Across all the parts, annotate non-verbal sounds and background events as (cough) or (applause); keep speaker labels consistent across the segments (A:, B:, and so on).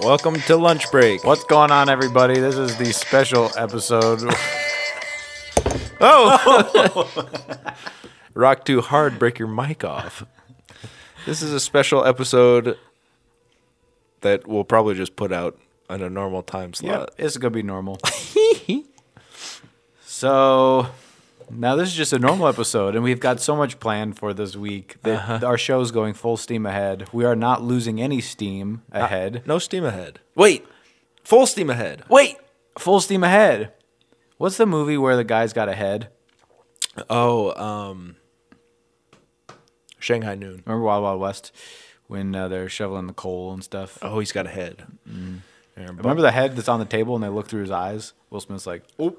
A: Welcome to lunch break.
B: What's going on, everybody? This is the special episode.
A: (laughs) Oh, (laughs) rock too hard, break your mic off. This is a special episode that we'll probably just put out on a normal time
B: yeah,
A: slot.
B: it's gonna
A: (laughs)
B: be normal. so now this is just a normal episode, and we've got so much planned for this week that
A: Uh-huh.
B: our show's going full steam ahead. We are not losing any steam
A: Uh,
B: ahead.
A: No steam ahead. Wait, full steam ahead. Wait.
B: Full steam ahead. What's the movie where the guy's got a head?
A: Oh, um, Shanghai Noon.
B: Remember Wild Wild West when uh, they're shoveling the coal and stuff.
A: Oh, he's got a head.
B: Mm.
A: Aaron Buck-
B: Remember the head that's on the table, and they look through his eyes. Will Smith's like, oh,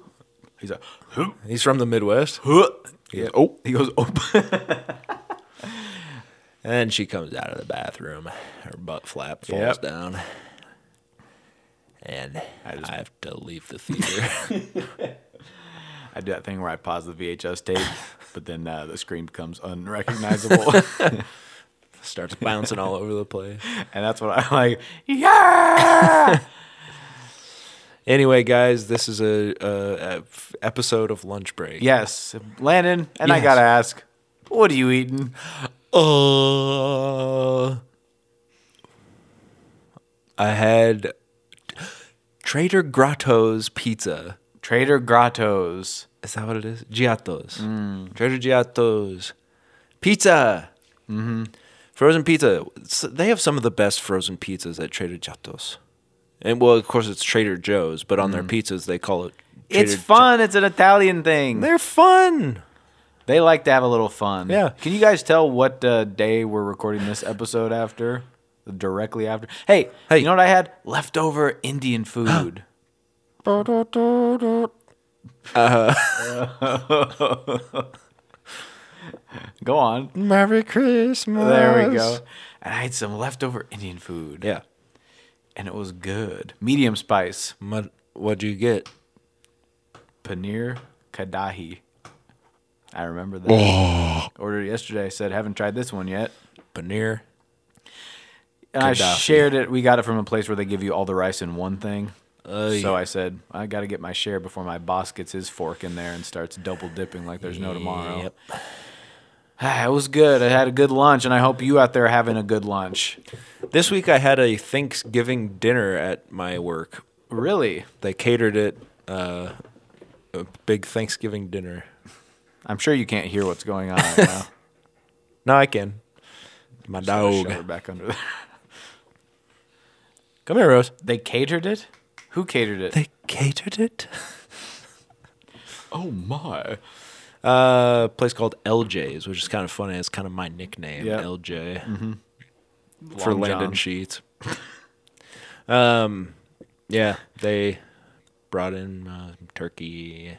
B: he's like, huh.
A: He's from the Midwest. He goes,
B: Oh, he goes, oh.
A: And she comes out of the bathroom. Her butt flap falls
B: Yep.
A: down. And I, have to leave the theater. (laughs)
B: I do that thing where I pause the VHS (laughs) tape, but then uh, the screen becomes (laughs) unrecognizable,
A: Starts bouncing all over the place.
B: and that's what I'm like. Yeah.
A: Anyway, guys, this is a, a, a f- episode of Lunch Break.
B: yes, Landon, and I
A: Yes.
B: gotta ask, what are you eating?
A: Uh, I had Trader Grotto's pizza.
B: Trader Grotto's.
A: Is that what it is? Giotto's.
B: Mm.
A: Trader Giotto's. Pizza. Mm-hmm. Frozen pizza. S- They have some of the best frozen pizzas at Trader Giotto's. And well, of course, it's Trader Joe's, but on their pizzas, they call it. Trader
B: Mm. it's
A: Jo-
B: fun. it's an Italian thing.
A: They're fun.
B: They like to have a little fun.
A: Yeah.
B: Can you guys tell what uh, day we're recording this episode after? Directly after. Hey,
A: Hey.
B: you know what I had? Leftover Indian food. (gasps) Go on.
A: Merry Christmas.
B: There we go. And I had some leftover Indian food.
A: Yeah.
B: And it was good. Medium spice.
A: Mud- what'd you get?
B: Paneer Kadahi. I remember that.
A: Oh.
B: Ordered it yesterday. I said, haven't tried this one yet.
A: Paneer.
B: And I
A: Gaddafi.
B: shared it. We got it from a place where they give you all the rice in one thing.
A: Oy.
B: so I said, I got to get my share before my boss gets his fork in there and starts double dipping like there's no tomorrow.
A: Yep.
B: (sighs) it was good. I had a good lunch, and I hope you out there are having a good lunch.
A: This week I had a Thanksgiving dinner at my work.
B: Really?
A: They catered it uh, a big Thanksgiving dinner.
B: I'm sure you can't hear what's going on right now.
A: No, I can. My
B: Put
A: (laughs)
B: a
A: dog.
B: shower back under there.
A: Come here, Rose.
B: They catered it? Who catered it?
A: They catered it.
B: oh, my.
A: Uh, a place called LJ's, which is kind of funny. It's kind of my nickname,
B: Yeah. Mm-hmm.
A: LJ, for
B: Long
A: Landon
B: John.
A: Sheets. (laughs) um, yeah, they brought in uh, turkey,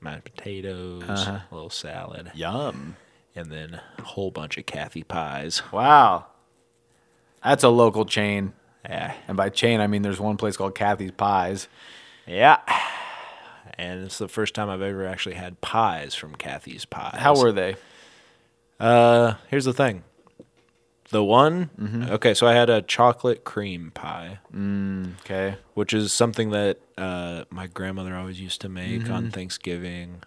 A: mashed potatoes,
B: Uh-huh.
A: a little salad,
B: Yum.
A: and then a whole bunch of Kathy pies.
B: Wow. That's a local chain.
A: Yeah,
B: And by chain, I mean there's one place called Kathy's Pies.
A: yeah. And it's the first time I've ever actually had pies from Kathy's Pies.
B: How were they?
A: Uh, here's the thing. The one, okay, so I had a chocolate cream pie,
B: Okay.
A: which is something that uh, my grandmother always used to make on Thanksgiving.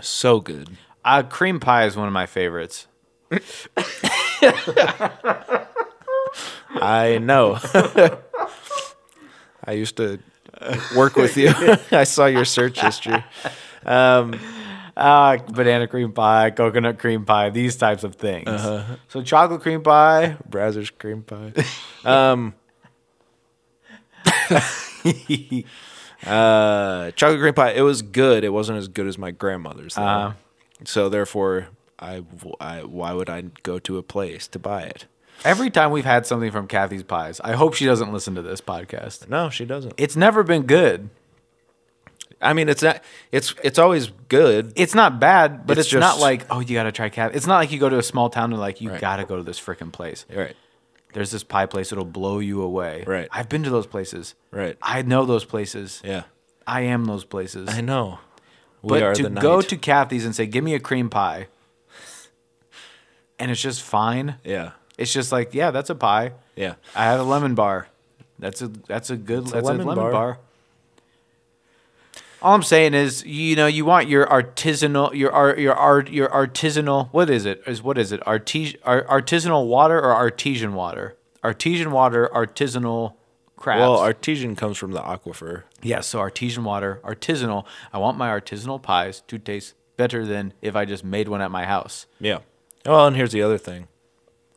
A: So good.
B: Uh, cream pie is one of my favorites.
A: I (laughs) know. I used to work with you. (laughs) I saw your search history.
B: Uh, banana cream pie, coconut cream pie, these types of things.
A: Uh-huh.
B: So chocolate cream pie.
A: Brazzers cream pie. (laughs) Um, uh, chocolate cream pie. It was good. It wasn't as good as my grandmother's. Though. So therefore, I, w- I- why would I go to a place to buy it?
B: Every time we've had something from Kathy's Pies, I hope she doesn't listen to this podcast.
A: No, she doesn't.
B: It's never been good.
A: I mean, it's not. It's it's always good.
B: It's not bad, but
A: It's
B: it's, not
A: just-
B: like, oh, you got to try Kathy. It's not like you go to a small town and like, you
A: Right.
B: got to go to this freaking place.
A: Right.
B: There's this pie place that'll blow you away.
A: Right.
B: I've been to those places.
A: Right.
B: I know those places.
A: Yeah.
B: I am those places.
A: I know. We
B: but
A: are
B: to
A: the night.
B: go to Kathy's and say, "Give me a cream pie," and it's just fine.
A: yeah.
B: It's just like, yeah, that's a pie.
A: Yeah.
B: I had a lemon bar. That's a that's a good
C: It's a
B: that's
C: lemon
B: a lemon
C: bar.
B: bar. All I'm saying is, you know, you want your artisanal, your art, your art, your artisanal. What is it? Is what is it? Artis- ar- artisanal water or artesian water? Artesian water, artisanal crafts.
A: Well, artesian comes from the aquifer.
B: yeah. So artesian water, artisanal. I want my artisanal pies to taste better than if I just made one at my house.
A: Yeah. Well, and here's the other thing.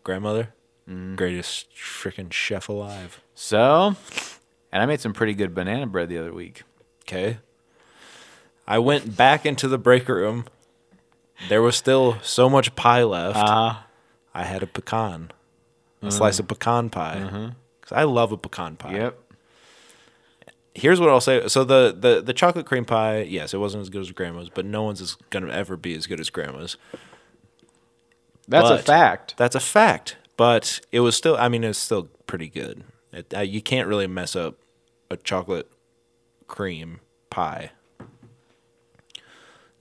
A: Grandmother, Mm-hmm. greatest freaking chef alive.
B: So, and I made some pretty good banana bread the other week.
A: Okay. I went back into the break room. There was still so much pie left.
B: Ah,
A: I had a pecan, a slice of pecan pie. Cause I love a pecan pie.
B: yep.
A: Here's what I'll say. So the, the the chocolate cream pie, yes, it wasn't as good as grandma's, but no one's is gonna ever be as good as grandma's.
B: That's a
A: But-
B: fact.
A: That's a fact. But it was still, I mean, it's still pretty good. It, uh, you can't really mess up a chocolate cream pie.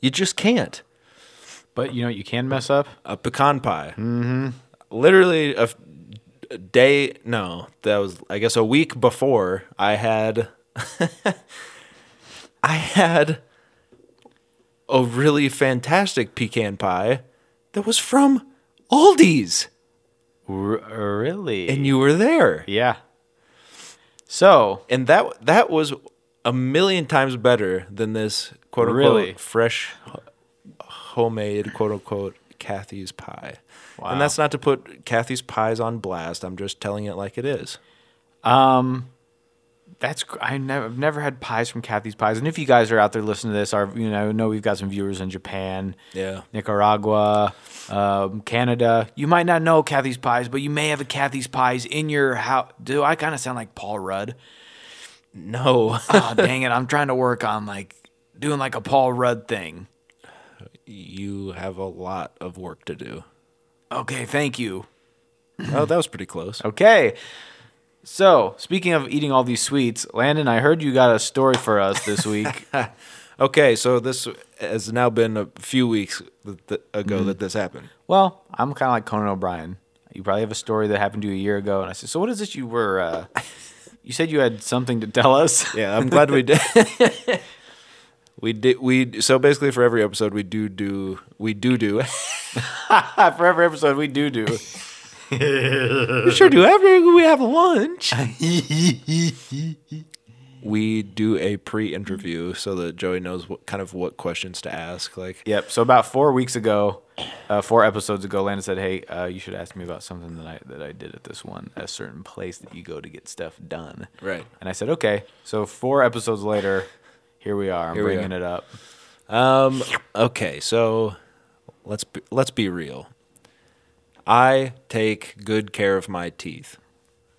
A: You just can't.
B: But you know what you can mess up?
A: A pecan pie. Mm-hmm. Literally a, f- a day, no, that was, I guess, a week before I had, (laughs) I had a really fantastic pecan pie that was from Aldi's.
B: R- really?
A: And you were there.
B: yeah. So,
A: and that that was a million times better than this quote unquote
B: Really?
A: fresh h- homemade quote unquote Kathy's pie.
B: Wow.
A: And that's not to put Kathy's pies on blast. I'm just telling it like it is.
B: um, that's gr- I never, I've never had pies from Kathy's Pies. And if you guys are out there listening to this, our you know I know we've got some viewers in Japan,
A: Yeah.
B: Nicaragua, um, Canada. You might not know Kathy's Pies, but you may have a Kathy's Pies in your house. Do I kind of sound like Paul Rudd?
A: (laughs) No. (laughs)
B: oh, dang it! I'm trying to work on like doing like a Paul Rudd thing.
A: you have a lot of work to do.
B: Okay, thank you.
A: Oh, that was pretty close.
B: Okay. So, speaking of eating all these sweets, Landon, I heard you got a story for us this
A: (laughs)
B: week.
A: Okay, so this has now been a few weeks that th- ago
B: Mm-hmm.
A: that this happened.
B: well, I'm kind of like Conan O'Brien. You probably have a story that happened to you a year ago, and I said, "So, what is it you were? Uh,
A: (laughs)
B: you said you had something to tell us."
A: Yeah, I'm glad we did. (laughs) we did we so basically for every episode we do do we do do
B: (laughs) for every episode, we do do.
A: We sure do. After we have (laughs) lunch, we do a pre-interview so that Joey knows what kind of what questions to ask. Like,
B: yep. So, about four weeks ago, uh, four episodes ago, Landon said, "Hey, uh, you should ask me about something that I that I did at this one, a certain place that you go to get stuff done."
A: Right.
B: And I said, "Okay." So, four episodes later, here we are. I'm
A: Here we
B: bringing
A: are.
B: it up.
A: um, okay, so let's be, let's be real. I take good care of my teeth.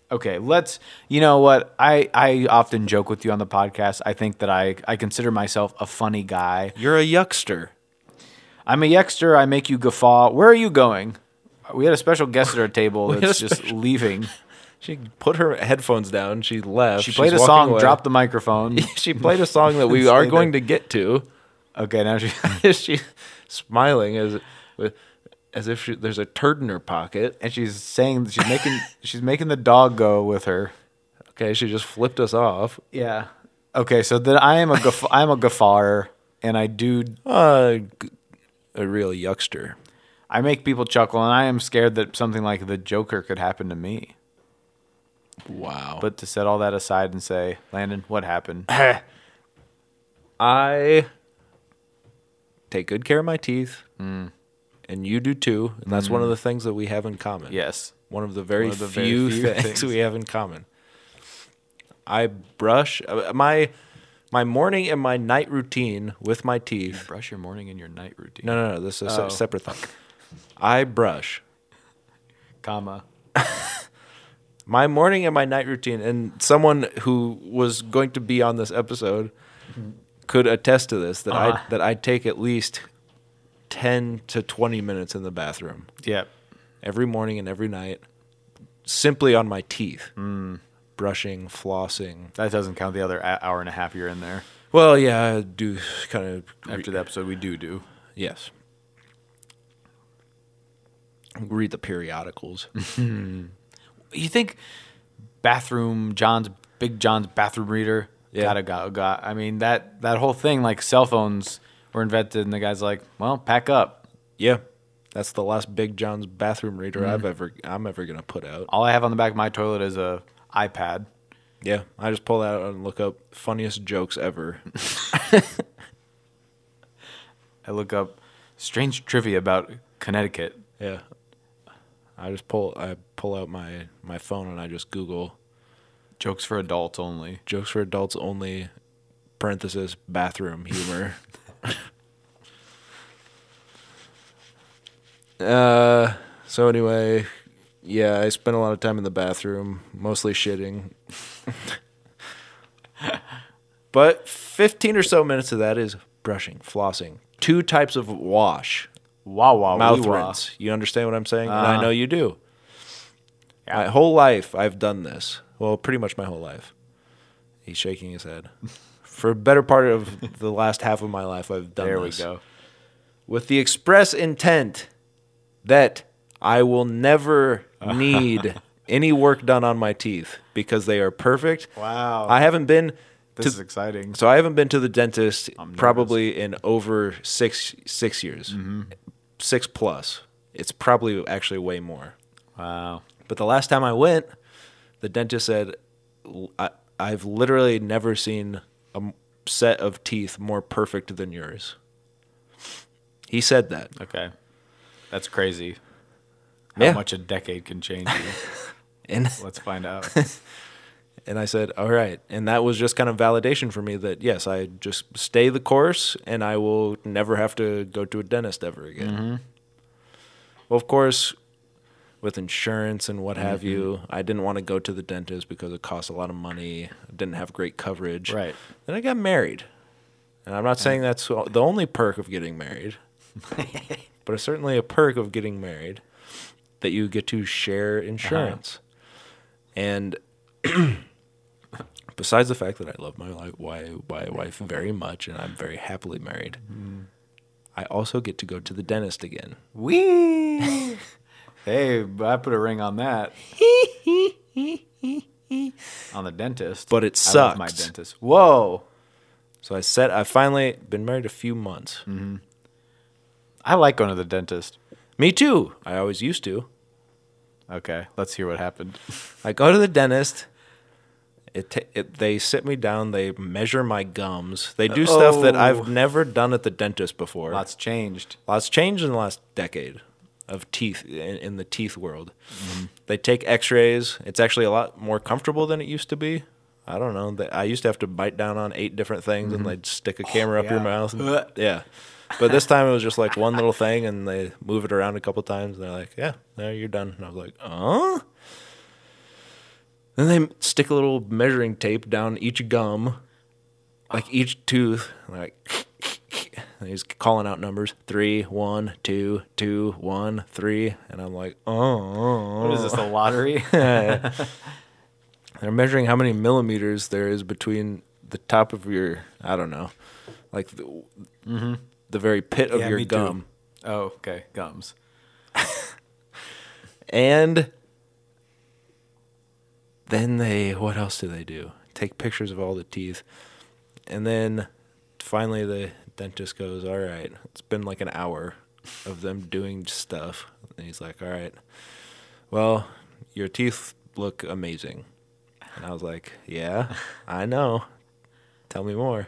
B: Okay, let's. You know what? I I often joke with you on the podcast. I think that I I consider myself a funny guy.
A: You're a yuckster.
B: I'm a yexter. I make you guffaw. Where are you going? We had a special guest at
A: (laughs)
B: our table
A: had a
B: that's just leaving.
A: She put her headphones down. She left.
B: She played
A: She's
B: a song,
A: walking away. (laughs)
B: dropped the microphone.
A: she played a song that we
B: Stay
A: are
B: there.
A: going to get to. (laughs)
B: Okay, now she.
A: she smiling as with as if she, there's a turd in her pocket.
B: And she's saying she's making she's making the dog go with her.
A: Okay, she just flipped us off.
B: Yeah. Okay, so then I am a guff (laughs) I'm a guffawer, and I do
A: Uh, g- a real yuckster.
B: I make people chuckle, and I am scared that something like the Joker could happen to me.
A: Wow. But
B: But to set all that aside and say, Landon, what happened?
A: I take good care of my teeth, and you do too. And that's one of the things that we have in common.
B: yes.
A: One of the very
B: One of the very
A: few,
B: few
A: things, (laughs)
B: things.
A: we have in common. I brush uh, my my morning and my night routine with my teeth
B: Brush your morning and your night routine.
A: No, no, no. This is a se-
B: Oh.
A: separate thing. I brush
B: Comma.
A: my morning and my night routine, and someone who was going to be on this episode could attest to this that I that I take at least ten to twenty minutes in the bathroom
B: Yep.
A: every morning and every night, simply on my teeth, brushing, flossing.
B: That doesn't count the other a- hour and a half you're in there.
A: Well, yeah, I do kind of
B: After the episode, we do do.
A: Yes. Read the periodicals.
B: You think bathroom, John's Big John's bathroom reader.
A: Yeah.
B: Gotta got got. I mean that that whole thing like cell phones were invented, and the guy's like, well, pack up.
A: Yeah. That's the last Big John's bathroom reader I've ever I'm ever gonna put out.
B: All I have on the back of my toilet is a iPad.
A: Yeah, I just pull that out and look up funniest jokes ever.
B: I look up strange trivia about Connecticut.
A: yeah, I just pull I pull out my my phone and I just Google
B: Jokes for adults only.
A: jokes for adults only parenthesis bathroom humor. uh, so anyway, yeah, I spent a lot of time in the bathroom, mostly shitting. but 15 or so minutes of that is brushing, flossing, two types of wash,
B: Wow, wow,
A: mouth rinse. You understand what I'm saying? And I
B: Uh-huh.
A: know you do.
B: Yeah.
A: My whole life, I've done this. Well, pretty much my whole life. He's shaking his
B: (laughs)
A: head. For a better part of the last half of my life, I've done
B: There we
A: this.
B: go.
A: With the express intent that I will
B: (laughs)
A: never need any work done on my teeth because they are perfect.
B: Wow.
A: I haven't been.
B: This
A: to-
B: is exciting.
A: so I haven't been to the dentist
B: nervous.
A: probably in over six six years, six plus. It's probably actually way more.
B: Wow.
A: But the last time I went, the dentist said, "L- I, have literally never seen a m- set of teeth more perfect than yours." He said that.
B: Okay. That's crazy. How
A: Yeah.
B: much a decade can change
A: (laughs)
B: you.
A: And
B: Let's find out.
A: And I said, "All right." And that was just kind of validation for me that yes, I just stay the course, and I will never have to go to a dentist ever again. Well, of course, with insurance and what have you, I didn't want to go to the dentist because it costs a lot of money. I didn't have great coverage.
B: Right.
A: Then I got married, and I'm not saying that's the only perk of getting married, but it's certainly a perk of getting married that you get to share insurance. And (clears throat) besides the fact that I love my li- wi- my wife very much and I'm very happily married, I also get to go to the dentist again.
B: Wee. (laughs) hey, I put a ring on that. on the dentist.
A: But it
B: I love my
A: sucks.
B: dentist. Whoa.
A: So I said I finally been married a few months.
B: I like going to the dentist.
A: Me too. I always used to.
B: Okay, let's hear
A: (laughs)
B: what happened.
A: I go to the dentist. It, ta it they sit me down. They measure my gums. They do stuff that
B: Oh.
A: I've never done at the dentist before.
B: Lots changed.
A: Lots changed in the last decade of teeth in, in the teeth world.
B: Mm-hmm.
A: They take X-rays. It's actually a lot more comfortable than it used to be. I don't know. They- I used to have to bite down on eight different things, and they'd stick a camera up your
B: Mm-hmm. Oh, Yeah.
A: mouth. and- yeah, but this time it was just like one little thing, and they move it around a couple times, and they're like, "Yeah, there you're done." And I was like, "Huh." Then they stick a little measuring tape down each gum, like each tooth. Like (laughs) and he's calling out numbers three, one, two, two, one, three, and I'm like, oh.
B: What is
A: (laughs)
B: this, the lottery?
A: They're measuring how many millimeters there is between the top of your, I don't know, like the, the very pit of
B: Mm-hmm. Yeah,
A: your
B: me too.
A: gum,
B: oh, okay, gums.
A: and then they, what else do they do? Take pictures of all the teeth, and then finally the dentist goes, all right, it's been like an hour of them doing stuff, and he's like, all right, well, your teeth look amazing. And I was like, yeah, I know. Tell me more.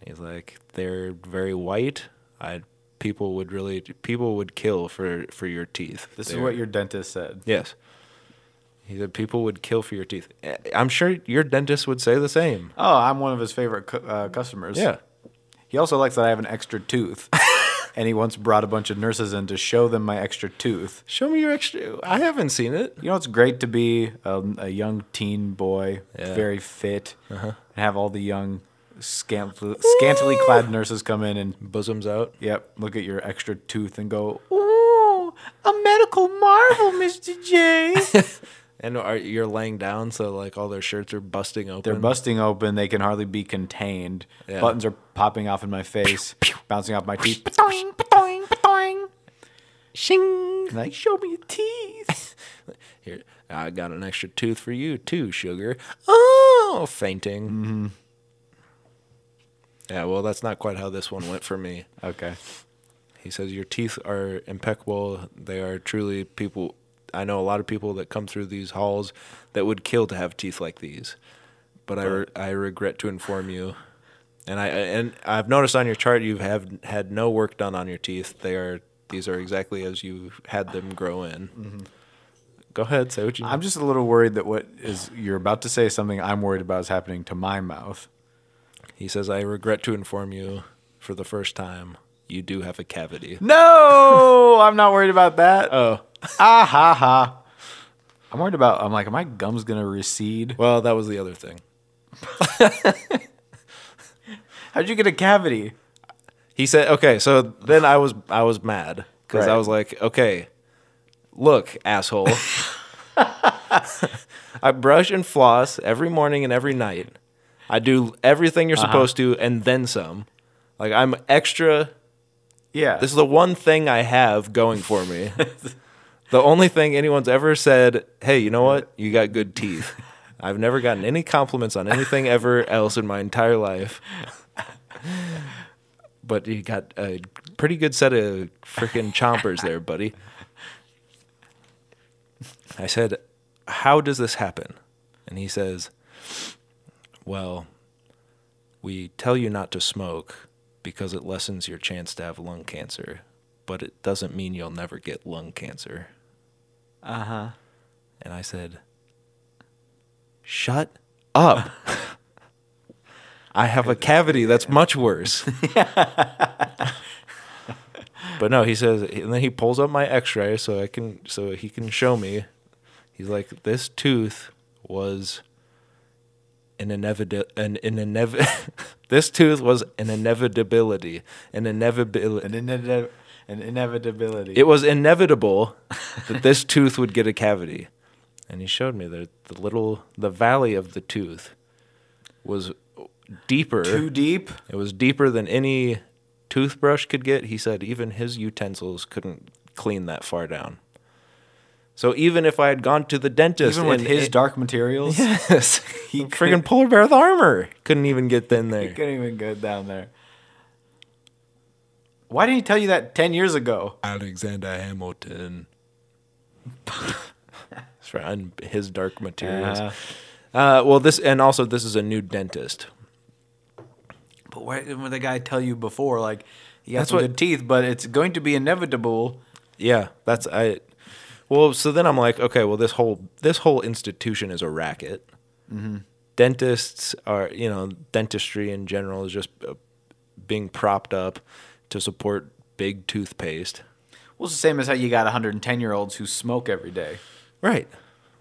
A: And He's like, they're very white. I people would really people would kill for for your teeth.
B: This is
A: They're-
B: what your dentist said.
A: yes. He said people would kill for your teeth. Eh, I'm sure your dentist would say the same.
B: Oh, I'm one of his favorite cu- uh, customers.
A: Yeah.
B: He also likes that I have an extra (laughs) tooth. and he once brought a bunch of nurses in to show them my extra tooth.
A: Show me your extra. I haven't seen it.
B: You know, it's great to be a, a young teen boy,
A: Yeah.
B: very fit, and have all the young, scantily, scantily clad nurses come in and,
A: Bosoms out.
B: yep, look at your extra tooth and go, ooh, a medical marvel, Mr. J.
A: And are, you're laying down, so like all their shirts are busting open.
B: (laughs) They're busting open. They can hardly be contained.
A: Yeah.
B: Buttons are popping off in my face, bouncing off my teeth.
C: Patoing, patoing, patoing.
A: Shing.
B: Like, show me your teeth. (laughs)
A: Here, I got an extra tooth for you too, sugar. Oh. oh, fainting. Yeah, well, that's not quite how this one went for me.
B: Okay.
A: He says, Your teeth are impeccable. They are truly people. I know a lot of people that come through these halls that would kill to have teeth like these. But I, re- I regret to inform you. And I and I've noticed on your chart you have had no work done on your teeth. They are these are exactly as you had them grow in. Go ahead, say what you.
B: I'm just a little worried that what is you're about to say something I'm worried about is happening to my mouth.
A: He says, I regret to inform you for the first time, you do have a cavity.
B: No, (laughs) I'm not worried about
A: Uh,
B: that. Oh. Ah ha ha. I'm worried about I'm like, are my gums gonna recede?
A: Well, that was the other thing.
B: How'd you get a cavity?
A: He said, okay, so then I was I was mad because I
B: Right.
A: was like, okay, look, asshole. (laughs) I brush and floss every morning and every night. I do everything you're supposed to and then some. Like I'm extra
B: Yeah.
A: This is the one thing I have going for me. the only thing anyone's ever said, hey, you know what? You got good teeth. I've never gotten any compliments on anything ever else in my entire life. but you got a pretty good set of freaking chompers there, buddy. I said, how does this happen? And he says, well, we tell you not to smoke because it lessens your chance to have lung cancer, but it doesn't mean you'll never get lung cancer.
B: uh huh.
A: And I said, Shut up. I have a cavity that's much worse. but no, he says, and then he pulls up my x ray so I can, so he can show me. He's like, This tooth was an inevitable, an, an inev- (laughs) this tooth was an inevitability, an inevitability.
B: An, inev- an inevitability.
A: It was inevitable that this tooth would get a cavity. And he showed me that the little the valley of the tooth was deeper.
B: Too deep?
A: It was deeper than any toothbrush could get. He said even his utensils couldn't clean that far down. So even if I had gone to the dentist
B: Even with
A: and
B: his (laughs)
A: it-
B: dark
A: (laughs)
B: materials?
A: yes,
B: He
A: friggin'
B: couldn't-
A: polar bear with armor couldn't even get in
B: He
A: there.
B: couldn't even go down there. Why didn't he tell you that 10 years ago?
A: Alexander Hamilton. (laughs) That's right, un- his dark materials.
B: Uh-huh.
A: uh well, this and also this is a new dentist.
B: But why didn't the guy tell you before? Like, you got
A: That's
B: some
A: what-
B: good teeth, but it's going to be inevitable.
A: Yeah, that's I. Well, so then I'm like, okay, well this whole this whole institution is a racket. Dentists are, you know, dentistry in general is just uh, being propped up to support big toothpaste.
B: Well, it's the same as how you got 110 year olds who smoke every day.
A: Right.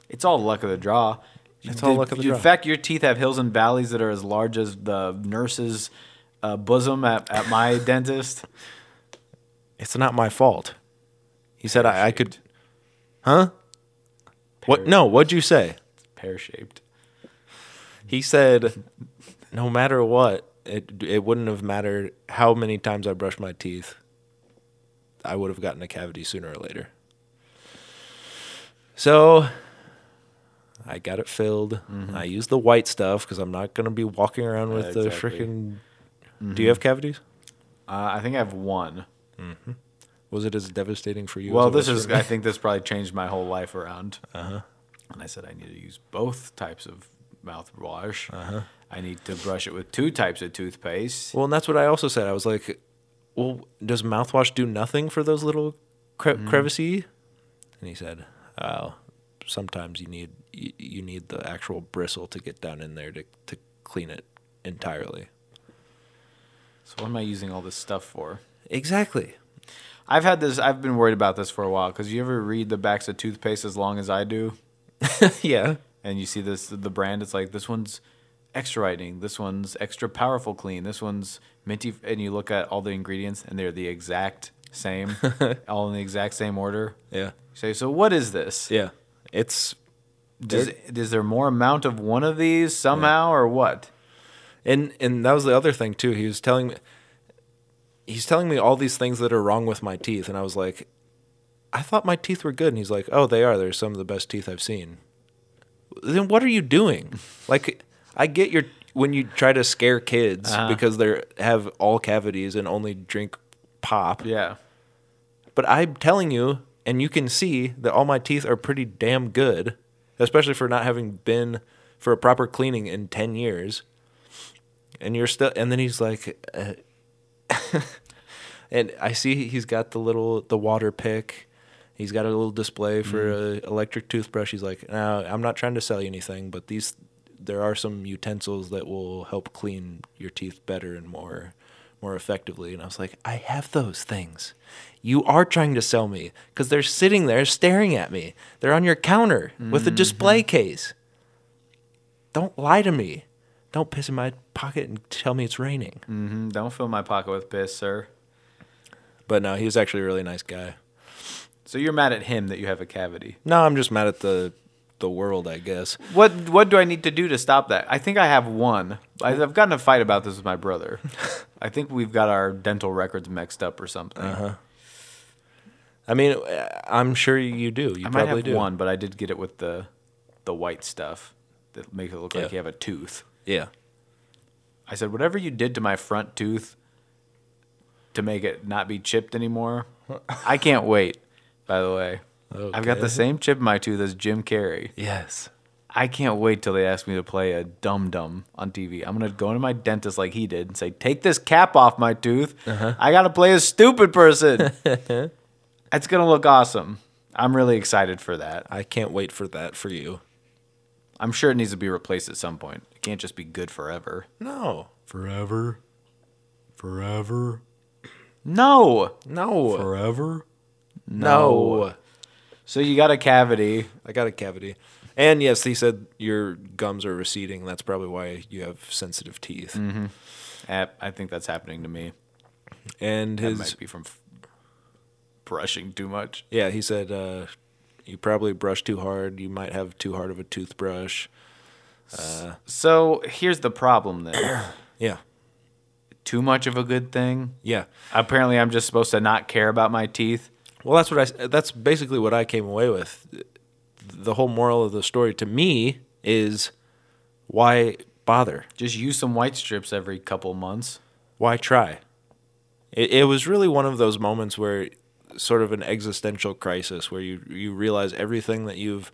B: It's all luck of the draw.
A: It's all luck of the draw.
B: In fact, your teeth have hills and valleys that are as large as the nurse's uh, bosom at, at
A: (laughs)
B: my dentist.
A: It's not my fault. He said I, I could. Huh? What? No. What'd you say?
B: Pear shaped.
A: He said, no matter what, it it wouldn't have mattered how many times I brushed my teeth. I would have gotten a cavity sooner or later. So I got it filled.
B: Mm-hmm.
A: I used the white stuff because I'm not gonna be walking around with the
B: Exactly. Mm-hmm.
A: freaking. Do you have cavities?
B: Uh, I think I have one.
A: Was it as devastating for you?
B: Well,
A: as it
B: this
A: was
B: is.
A: for me?
B: I think this probably changed my whole life around.
A: Uh-huh.
B: And I said I need to use both types of mouthwash.
A: Uh-huh.
B: I need to brush it with two types of toothpaste.
A: Well, and that's what I also said. I was like, "Well, does mouthwash do nothing for those little cre- crevices?" And he said, "Oh, sometimes you need you, you need the actual bristle to get down in there to to clean it entirely."
B: So what am I using all this stuff for?
A: Exactly.
B: I've had this. I've been worried about this for a while because you ever read the backs of toothpaste as long as I do,
A: (laughs) yeah.
B: and you see this the brand. It's like this one's extra whitening, this one's extra powerful clean, this one's minty, and you look at all the ingredients and they're the exact same, all in the exact same order.
A: Yeah.
B: You say, so what is this?
A: Yeah. It's
B: Does, is there more amount of one of these somehow or what?
A: And and that was the other thing too. He was telling me he's telling me all these things that are wrong with my teeth and I was like I thought my teeth were good and he's like, "Oh, they are. They're some of the best teeth I've seen." Then what are you doing? Like I get your when you try to scare kids because they have all cavities and only drink pop.
B: Yeah.
A: But I'm telling you, and you can see that all my teeth are pretty damn good, especially for not having been for a proper cleaning in ten years. And you're still, and then he's like, uh, (laughs) and I see he's got the little the water pick. He's got a little display for a electric toothbrush. He's like, no, I'm not trying to sell you anything, but these there are some utensils that will help clean your teeth better and more more effectively. And I was like, I have those things. You are trying to sell me because they're sitting there staring at me. They're on your counter with a display case. Don't lie to me. Don't piss in my pocket and tell me it's raining.
B: Mm, Don't fill my pocket with piss, sir.
A: But no, he was actually a really nice guy.
B: So you're mad at him that you have a cavity.
A: No, I'm just mad at the the world, I guess.
B: What What do I need to do to stop that? I think I have one. I, I've gotten a fight about this with
A: (laughs)
B: my brother. I think we've got our dental records mixed up or something.
A: Uh-huh. I mean, uh, I'm sure you do. You
B: I might
A: probably
B: have
A: do.
B: one, but I did get it with the the white stuff that makes it look
A: Yeah.
B: like you have a tooth.
A: Yeah.
B: I said, whatever you did to my front tooth to make it not be
A: (laughs)
B: chipped anymore, I can't wait. By the way, I've got
A: Okay.
B: the same chip in my tooth as Jim Carrey.
A: Yes.
B: I can't wait till they ask me to play a dum dum on TV. I'm gonna go into my dentist like he did and say, "Take this cap off my tooth. I gotta play a stupid person." That's gonna look awesome. I'm really excited for that.
A: I can't wait for that for you.
B: I'm sure it needs to be replaced at some point. It can't just be good forever.
A: No.
D: Forever. Forever.
B: No.
A: No.
D: Forever.
A: no.
B: So you got a cavity.
A: I got a cavity. And yes, he said your gums are receding. That's probably why you have sensitive teeth.
B: Mm-hmm. App- I think that's happening to me.
A: And
B: It
A: his
B: might be from f- brushing too much.
A: yeah, he said uh, you probably brush too hard. You might have too hard of a toothbrush.
B: So here's the problem then.
A: Yeah.
B: too much of a good thing.
A: Yeah.
B: Apparently, I'm just supposed to not care about my teeth.
A: Well, that's what I. s- That's basically what I came away with. The whole moral of the story to me is, why bother?
B: Just use some white strips every couple months.
A: Why try? It, it was really one of those moments where, sort of an existential crisis, where you you realize everything that you've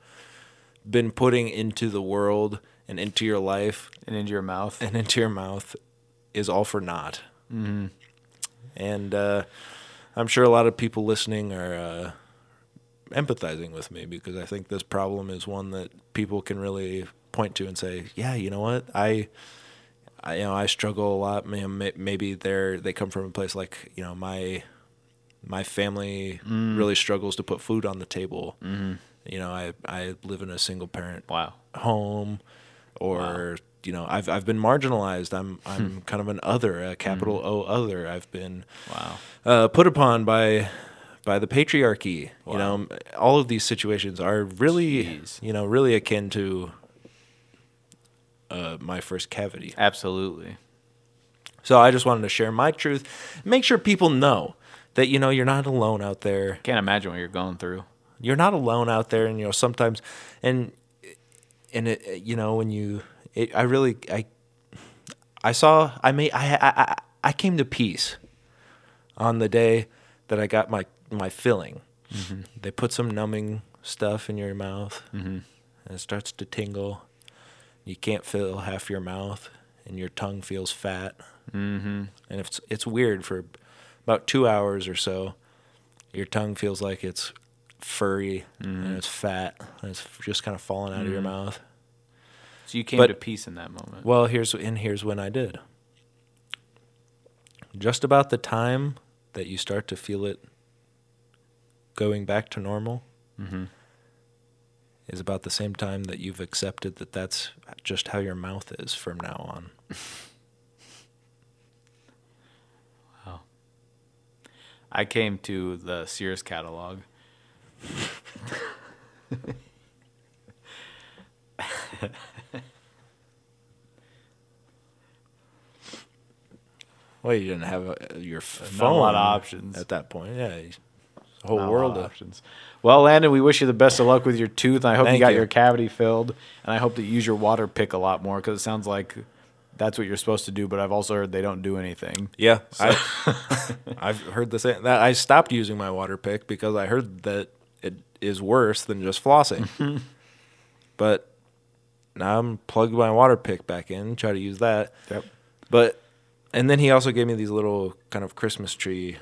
A: been putting into the world and into your life
B: and into your mouth.
A: and into your mouth is all for naught. Mm-hmm. And uh, I'm sure a lot of people listening are uh, empathizing with me because I think this problem is one that people can really point to and say, "Yeah, you know what? I, I you know, I struggle a lot. May- may- Maybe they're they come from a place like you know my." My family really struggles to put food on the table. Mm. Mm-hmm. You know, I, I live in a single parent
B: Wow.
A: home or you know I've I've been marginalized I'm I'm kind of an other a capital O other I've been
B: Wow.
A: uh, put upon by by the patriarchy you know m- all of these situations are really
B: Jeez.
A: you know really akin to uh, my first cavity
B: Absolutely.
A: so I just wanted to share my truth make sure people know that you know you're not alone out there
B: Can't imagine what you're going through.
A: you're not alone out there and you know sometimes and and it, you know when you it, i really i i saw i made I, I I- i came to peace on the day that i got my my filling they put some numbing stuff in your mouth and it starts to tingle you can't feel half your mouth and your tongue feels fat mm-hmm. and it's it's weird for about two hours or so your tongue feels like it's furry
B: Mm-hmm.
A: and it's fat and it's just kind of falling out of your mouth.
B: So you came
A: But-
B: to peace in that moment.
A: Well, here's and here's when I did. Just about the time that you start to feel it going back to normal
B: Mm-hmm.
A: is about the same time that you've accepted that that's just how your mouth is from now on.
B: I came to the Sears catalog.
A: Well, you didn't have uh your phone
B: Not a lot of options.
A: at that point. Yeah, The whole
B: Not a lot
A: world
B: of
A: of
B: options. Well, Landon, we wish you the best of luck with your tooth. I hope you
A: Thank
B: got
A: you.
B: your cavity filled, and I hope that you use your water pick a lot more because it sounds like that's what you're supposed to do. But I've also heard they don't do anything.
A: Yeah, I, (laughs) I've heard the same. That I stopped using my water pick because I heard that it is worse than just flossing. (laughs) but now I'm plugged my water pick back in, try to use that.
B: Yep.
A: But and then he also gave me these little kind of Christmas tree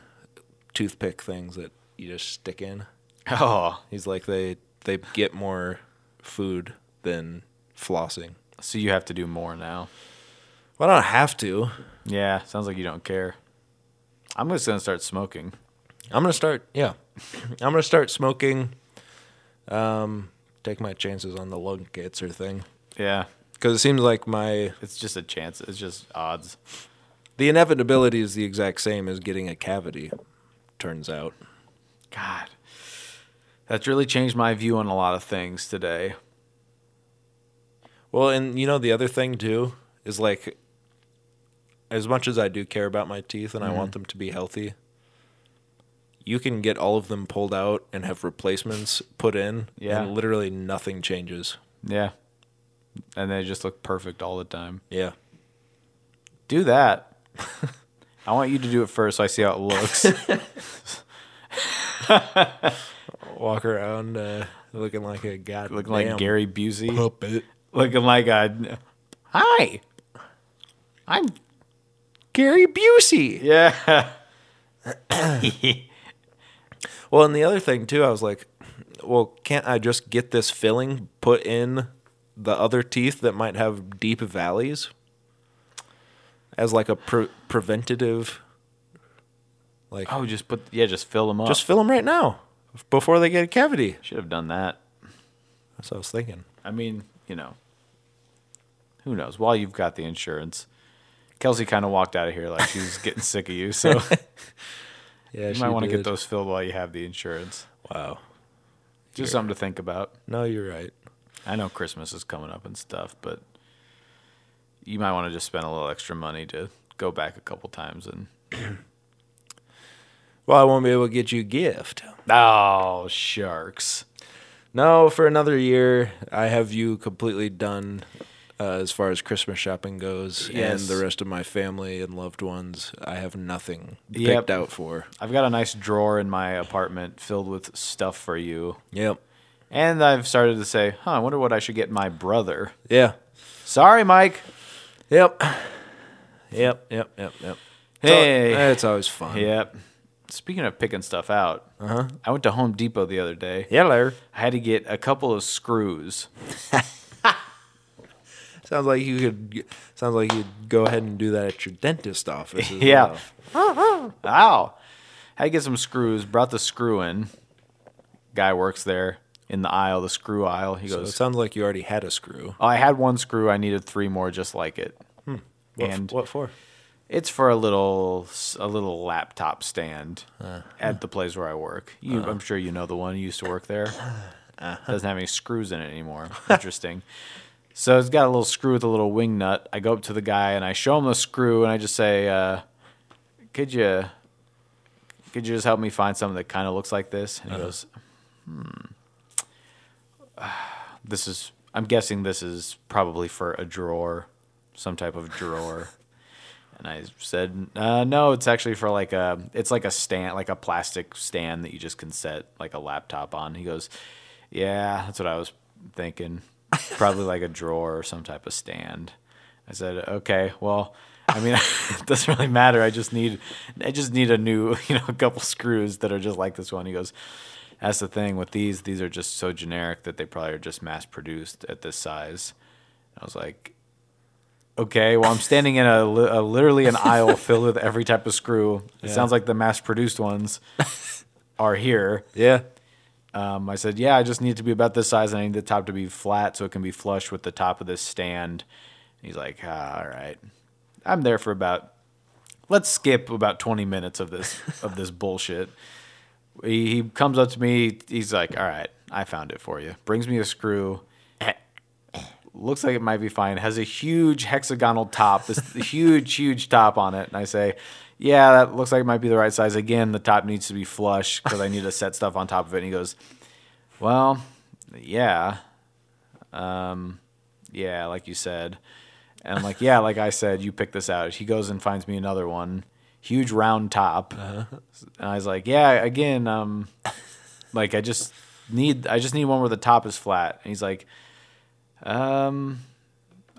A: toothpick things that you just stick in.
B: Oh,
A: He's like they they get more food than flossing.
B: so you have to do more now.
A: Well, I don't have to.
B: Yeah, sounds like you don't care. I'm just gonna start smoking.
A: I'm gonna start. Yeah, (coughs) I'm gonna start smoking. Um, take my chances on the lung cancer thing
B: Yeah,
A: because it seems like my
B: it's just a chance. It's just odds.
A: the inevitability is the exact same as getting a cavity. Turns out.
B: God, that's really changed my view on a lot of things today.
A: Well, and you know the other thing too is like, as much as I do care about my teeth and I want them to be healthy, you can get all of them pulled out and have replacements put in,
B: Yeah.
A: and literally nothing changes.
B: Yeah, and they just look perfect all the time.
A: Yeah.
B: Do that. (laughs) I want you to do it first so I see how it looks.
A: Walk around uh, looking like a god.
B: Looking like Gary Busey.
D: puppet.
B: Looking like a. Hi. I'm Gary Busey. Yeah. (laughs)
A: Well, and the other thing too, I was like, well, can't I just get this filling put in the other teeth that might have deep valleys as like a pre- preventative? Like,
B: oh, just put. Yeah, just fill them up.
A: just fill them right now before they get a cavity.
B: Should have done that.
A: That's what I was thinking.
B: I mean, you know, who knows? While you've got the insurance, Kelsey kind of walked out of here like she was getting sick of you. So
A: Yeah,
B: you might want to get those filled while you have the insurance.
A: Wow.
B: Just something to think about.
A: No, you're right.
B: I know Christmas is coming up and stuff, but you might want to just spend a little extra money to go back a couple times and
A: Well, I won't be able to get you a gift.
B: oh sharks.
A: No, for another year, I have you completely done uh, as far as Christmas shopping goes,
B: Yes.
A: and the rest of my family and loved ones. I have nothing picked
B: Yep.
A: out for.
B: I've got a nice drawer in my apartment filled with stuff for you.
A: Yep.
B: And I've started to say, huh, I wonder what I should get my brother.
A: Yeah.
B: Sorry, Mike.
A: Yep. Yep. Yep. Yep. Yep.
B: Hey.
A: It's al- it's always fun.
B: Yep. Speaking of picking stuff out, Um, uh-huh. I went to Home Depot the other day.
A: Hello.
B: I had to get a couple of screws.
A: Sounds like you could. Sounds like you'd go ahead and do that at your dentist office. as
B: (laughs) Yeah.
A: well.
B: (laughs) Ow. Had to get some screws, brought the screw in. Guy works there in the aisle, the screw aisle. He
A: So it
B: goes,
A: sounds like you already had a screw.
B: Oh, I had one screw. I needed three more just like it.
A: What, f-
B: and
A: what for?
B: it's for a little a little laptop stand at the place where I work. You, I'm sure you know the one you used to work there. Doesn't have any screws in it anymore. Interesting. so it's got a little screw with a little wing nut. I go up to the guy and I show him the screw and I just say, uh, "Could you, could you just help me find something that kind of looks like this?" And he goes, "Hmm, (sighs) this is. I'm guessing this is probably for a drawer, some type of drawer." And I said, uh, no, it's actually for like a, it's like a stand, like a plastic stand that you just can set like a laptop on. He goes, yeah, that's what I was thinking. Probably like a drawer or some type of stand. I said, okay, well, I mean, (laughs) it doesn't really matter. I just need, I just need a new, (laughs) you know, a couple screws that are just like this one. He goes, that's the thing with these. These are just so generic that they probably are just mass produced at this size. I was like, Okay, well, I'm standing in a, li- a literally an aisle filled with every type of screw. It sounds like the mass-produced ones are here.
A: Yeah.
B: Um, I said, "Yeah, I just need to be about this size, and I need the top to be flat so it can be flush with the top of this stand." And he's like, ah, "All right, I'm there for about. Let's skip about 20 minutes of this of this bullshit." He, he comes up to me. He's like, "All right, I found it for you." Brings me a screw. (clears throat) Looks like it might be fine. Has a huge hexagonal top. This huge, huge top on it, and I say, yeah, that looks like it might be the right size. Again, the top needs to be flush because I need to set stuff on top of it. And he goes, well, yeah, um, yeah, like you said. And I'm like, yeah, like I said, you pick this out. He goes and finds me another one, huge round top. And I was like, yeah, again, um, like I just need, I just need one where the top is flat. And he's like, um,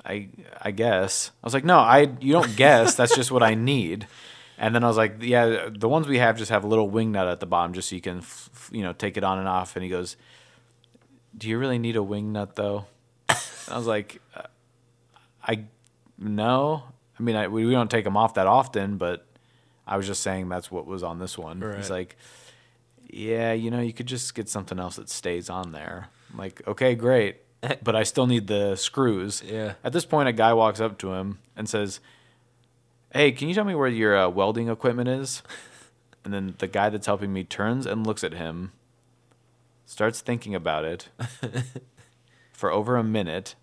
B: I I guess. I was like, no, I you don't guess. That's just what I need. And then I was like, yeah, the ones we have just have a little wing nut at the bottom, just so you can, f- f- you know, take it on and off. And he goes, "Do you really need a wing nut though?" I was like, uh, I no. I mean, I, we, we don't take them off that often, but I was just saying that's what was on this one.
A: Right.
B: He's like, yeah, you know, you could just get something else that stays on there. I'm like, okay, great. But I still need the screws.
A: Yeah.
B: At this point, a guy walks up to him and says, Hey, can you tell me where your uh, welding equipment is? And then the guy that's helping me turns and looks at him, starts thinking about it for over a minute